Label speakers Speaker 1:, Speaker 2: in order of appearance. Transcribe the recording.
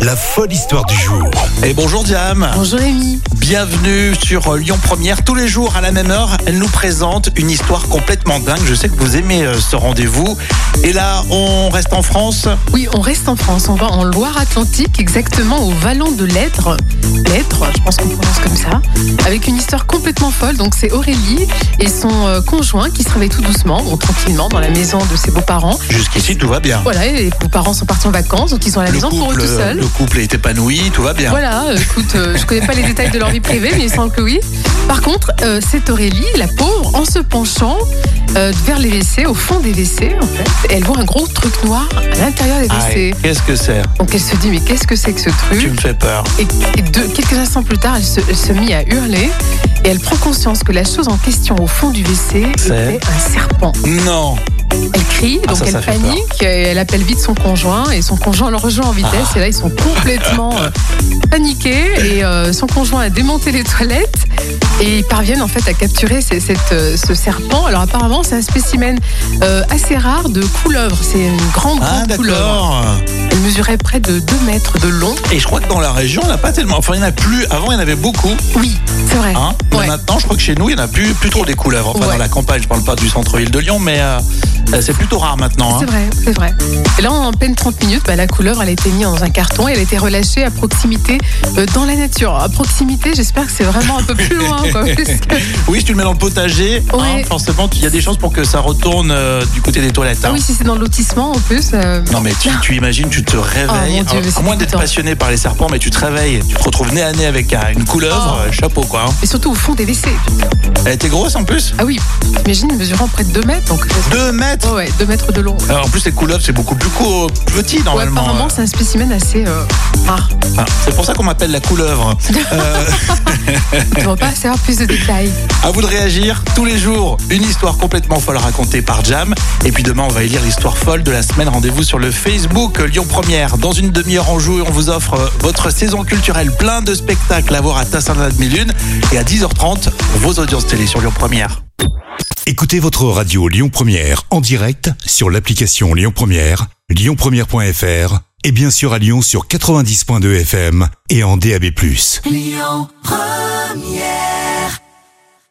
Speaker 1: La folle histoire du jour.
Speaker 2: Et bonjour Diam
Speaker 3: Bonjour Rémi.
Speaker 2: Bienvenue sur euh, Lyon Première. Tous les jours à la même heure, elle nous présente une histoire complètement dingue. Je sais que vous aimez euh, ce rendez-vous. Et là, on reste en France.
Speaker 3: Oui, on reste en France, on va en Loire-Atlantique, exactement au Vallon de l'Être. L'Être, je pense qu'on prononce comme ça. Avec une histoire complètement folle. Donc c'est Aurélie et son euh, conjoint qui se réveillent tout doucement, bon, tranquillement, dans la maison de ses beaux-parents.
Speaker 2: Jusqu'ici, tout va bien.
Speaker 3: Voilà, et les beaux-parents sont partis en vacances, donc ils sont à la
Speaker 2: le,
Speaker 3: maison pour eux
Speaker 2: couple, euh,
Speaker 3: tout seuls.
Speaker 2: le couple est épanoui, tout va bien.
Speaker 3: Voilà, euh, écoute, euh, je connais pas les détails de leur vie privée, mais il semble que oui. Par contre, euh, c'est Aurélie, la pauvre, en se penchant euh, vers les WC, au fond des WC, en fait, et elle voit un gros truc noir à l'intérieur des WC.
Speaker 2: Aïe, Qu'est-ce que c'est
Speaker 3: Donc elle se dit, mais qu'est-ce que c'est que ce
Speaker 2: Tu
Speaker 3: truc
Speaker 2: me fais peur.
Speaker 3: Et, et deux- quelques instants plus tard, elle se, elle se mit à hurler, et elle prend conscience que la chose en question au fond du WC
Speaker 2: C'est
Speaker 3: était un serpent.
Speaker 2: Non.
Speaker 3: Elle crie,
Speaker 2: Ah,
Speaker 3: donc
Speaker 2: ça,
Speaker 3: elle
Speaker 2: ça fait
Speaker 3: panique, et elle appelle vite son conjoint, et son conjoint le rejoint en vitesse,
Speaker 2: Ah.
Speaker 3: et là ils sont complètement euh, paniqués, et euh, son conjoint a démonté les toilettes, et ils parviennent en fait à capturer ces- cette, euh, ce serpent. Alors apparemment c'est un spécimen euh, assez rare de couleuvre, c'est une grande,
Speaker 2: Ah
Speaker 3: grande couleuvre.
Speaker 2: d'accord.
Speaker 3: Elle mesurait près de 2 mètres de long.
Speaker 2: Et je crois que dans la région, on n'a pas tellement. Enfin, il n'y en a plus. Avant, il y en avait beaucoup.
Speaker 3: Oui, c'est vrai.
Speaker 2: Hein Mais
Speaker 3: Ouais.
Speaker 2: maintenant, je crois que chez nous, il n'y en a plus, plus trop des couleuvres. Enfin,
Speaker 3: Ouais.
Speaker 2: dans la campagne, je parle pas du centre-ville de Lyon, mais euh, euh, c'est plutôt rare maintenant.
Speaker 3: C'est
Speaker 2: hein.
Speaker 3: vrai, c'est vrai. Et là, en peine 30 minutes, bah, la couleuvre, elle a été mise dans un carton et elle a été relâchée à proximité euh, dans la nature. À proximité, j'espère que c'est vraiment un peu plus loin. Quoi, parce que-
Speaker 2: Oui, si tu le mets dans le potager, hein,
Speaker 3: Ouais.
Speaker 2: forcément, il y a des chances pour que ça retourne euh, du côté des toilettes.
Speaker 3: Ah
Speaker 2: hein.
Speaker 3: oui, si c'est dans le lotissement en plus. euh,
Speaker 2: Non mais tu, tu imagines, tu te réveilles,
Speaker 3: Oh mon Dieu, mais
Speaker 2: à
Speaker 3: c'est
Speaker 2: moins d'être
Speaker 3: dégoûtant.
Speaker 2: passionné par les serpents, mais tu te réveilles, tu te retrouves nez à nez avec euh, une couleuvre,
Speaker 3: Oh.
Speaker 2: euh, chapeau quoi. hein.
Speaker 3: Et surtout au fond des WC.
Speaker 2: Elle était grosse en plus
Speaker 3: Ah oui, t'imagines, mesurant près de 2 mètres. Donc, oh
Speaker 2: 2 mètres
Speaker 3: Ouais, ouais, 2 mètres de long.
Speaker 2: Alors, En plus les couleuvres c'est beaucoup plus co- petit
Speaker 3: Ouais,
Speaker 2: normalement.
Speaker 3: apparemment, c'est un spécimen assez euh, rare.
Speaker 2: Enfin, c'est pour ça qu'on m'appelle la couleuvre. Euh,
Speaker 3: On ne pas savoir plus de détails.
Speaker 2: à vous de réagir tous les jours. Une histoire complètement folle racontée par Jam. Et puis demain on va élire l'histoire folle de la semaine. Rendez-vous sur le Facebook Lyon Première. Dans une demi-heure en joue, on vous offre euh, votre saison culturelle, plein de spectacles à voir à Tassin de Milune. Et à 10h30, vos audiences télé sur Lyon Première.
Speaker 1: Écoutez votre radio Lyon Première en direct sur l'application Lyon Première, lyonpremière.fr et bien sûr à Lyon sur 90.2 FM et en DAB+.